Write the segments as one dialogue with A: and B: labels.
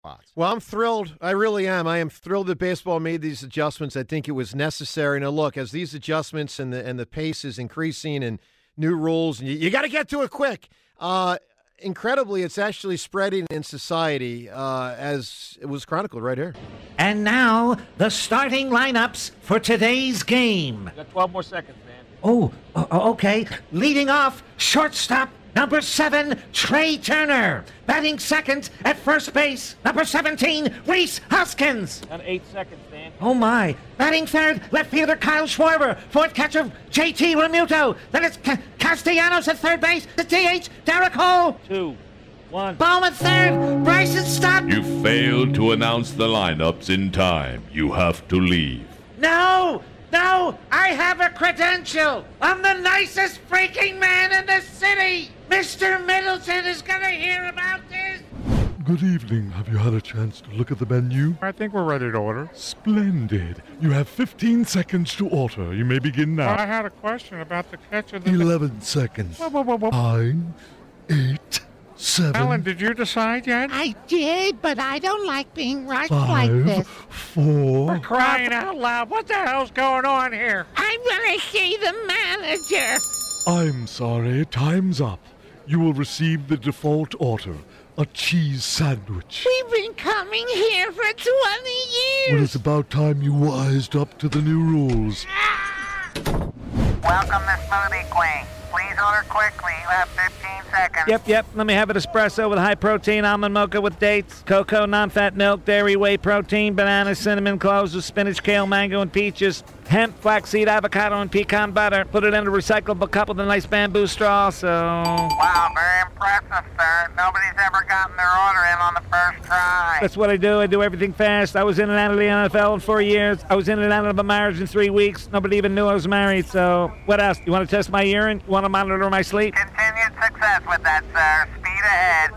A: spots.
B: Well, I'm thrilled. I really am. I am thrilled that baseball made these adjustments. I think it was necessary. Now, look, as these adjustments and the and the pace is increasing and new rules, and you, you got to get to it quick. Uh, incredibly, it's actually spreading in society, uh, as it was chronicled right here.
C: And now, the starting lineups for today's game.
D: You got 12 more seconds, man.
C: Oh, o- o- okay. Leading off, shortstop number seven, Trey Turner. Batting second at first base, number 17, Reese Hoskins.
D: Down to eight seconds, man.
C: Oh my. Batting third, left fielder Kyle Schwarber. Fourth catcher, JT Remuto. Then it's Ca- Castellanos at third base, the DH, Derek Hole.
D: Two, one.
C: Bowman third, Bryson Stott.
E: You failed to announce the lineups in time. You have to leave.
C: No! No! I have a credential! I'm the nicest freaking man in the city! Mr. Middleton is gonna hear about this!
F: Good evening. Have you had a chance to look at the menu?
G: I think we're ready to order.
F: Splendid. You have 15 seconds to order. You may begin
G: I
F: now.
G: had a question about the catch of the.
F: 11 seconds.
G: Whoa, whoa, whoa, whoa.
F: uh, Nine, eight,
G: Alan,
F: seven,
G: did you decide yet?
H: I did, but I don't like being rushed like
F: five,
H: this.
F: four.
G: Crying out loud. What the hell's going on here?
H: I'm gonna see the manager.
F: I'm sorry. Time's up. You will receive the default order a cheese sandwich.
H: We've been coming here for 20
F: Well,
H: years.
F: it's about time you wised up to the new rules.
I: Welcome to Smoothie Queen. Please order quickly. You have 15 seconds.
C: Yep, yep. Let me have an espresso with high protein almond mocha with dates, cocoa, non fat milk, dairy, whey protein, banana, cinnamon, cloves with spinach, kale, mango, and peaches, hemp, flaxseed, avocado, and pecan butter. Put it in a recyclable cup with a nice bamboo straw, so.
I: Wow, very impressive, sir. Nobody's ever gotten their order in on the first try.
C: That's what I do. I do everything fast. I was in and out of the NFL in four years. I was in and out of a marriage in three weeks. Nobody even knew I was married. So, what else? You want to test my urine? You want to monitor my sleep?
I: Continued success with that, sir. Speed ahead.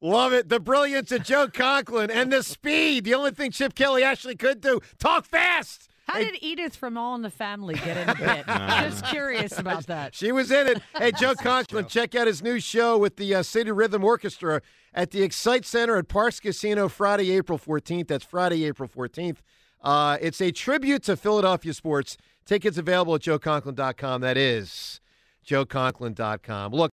B: Love it. The brilliance of Joe Conklin and the speed. The only thing Chip Kelly actually could do. Talk fast.
J: How did Edith from All in the Family get in the bit? Just curious about that.
B: She was in it. Hey, Joe Conklin, check out his new show with the uh, City Rhythm Orchestra at the Excite Center at Parks Casino Friday, April 14th. That's Friday, April 14th. Uh, it's a tribute to Philadelphia sports. Tickets available at joeconklin.com. That is joeconklin.com. Look,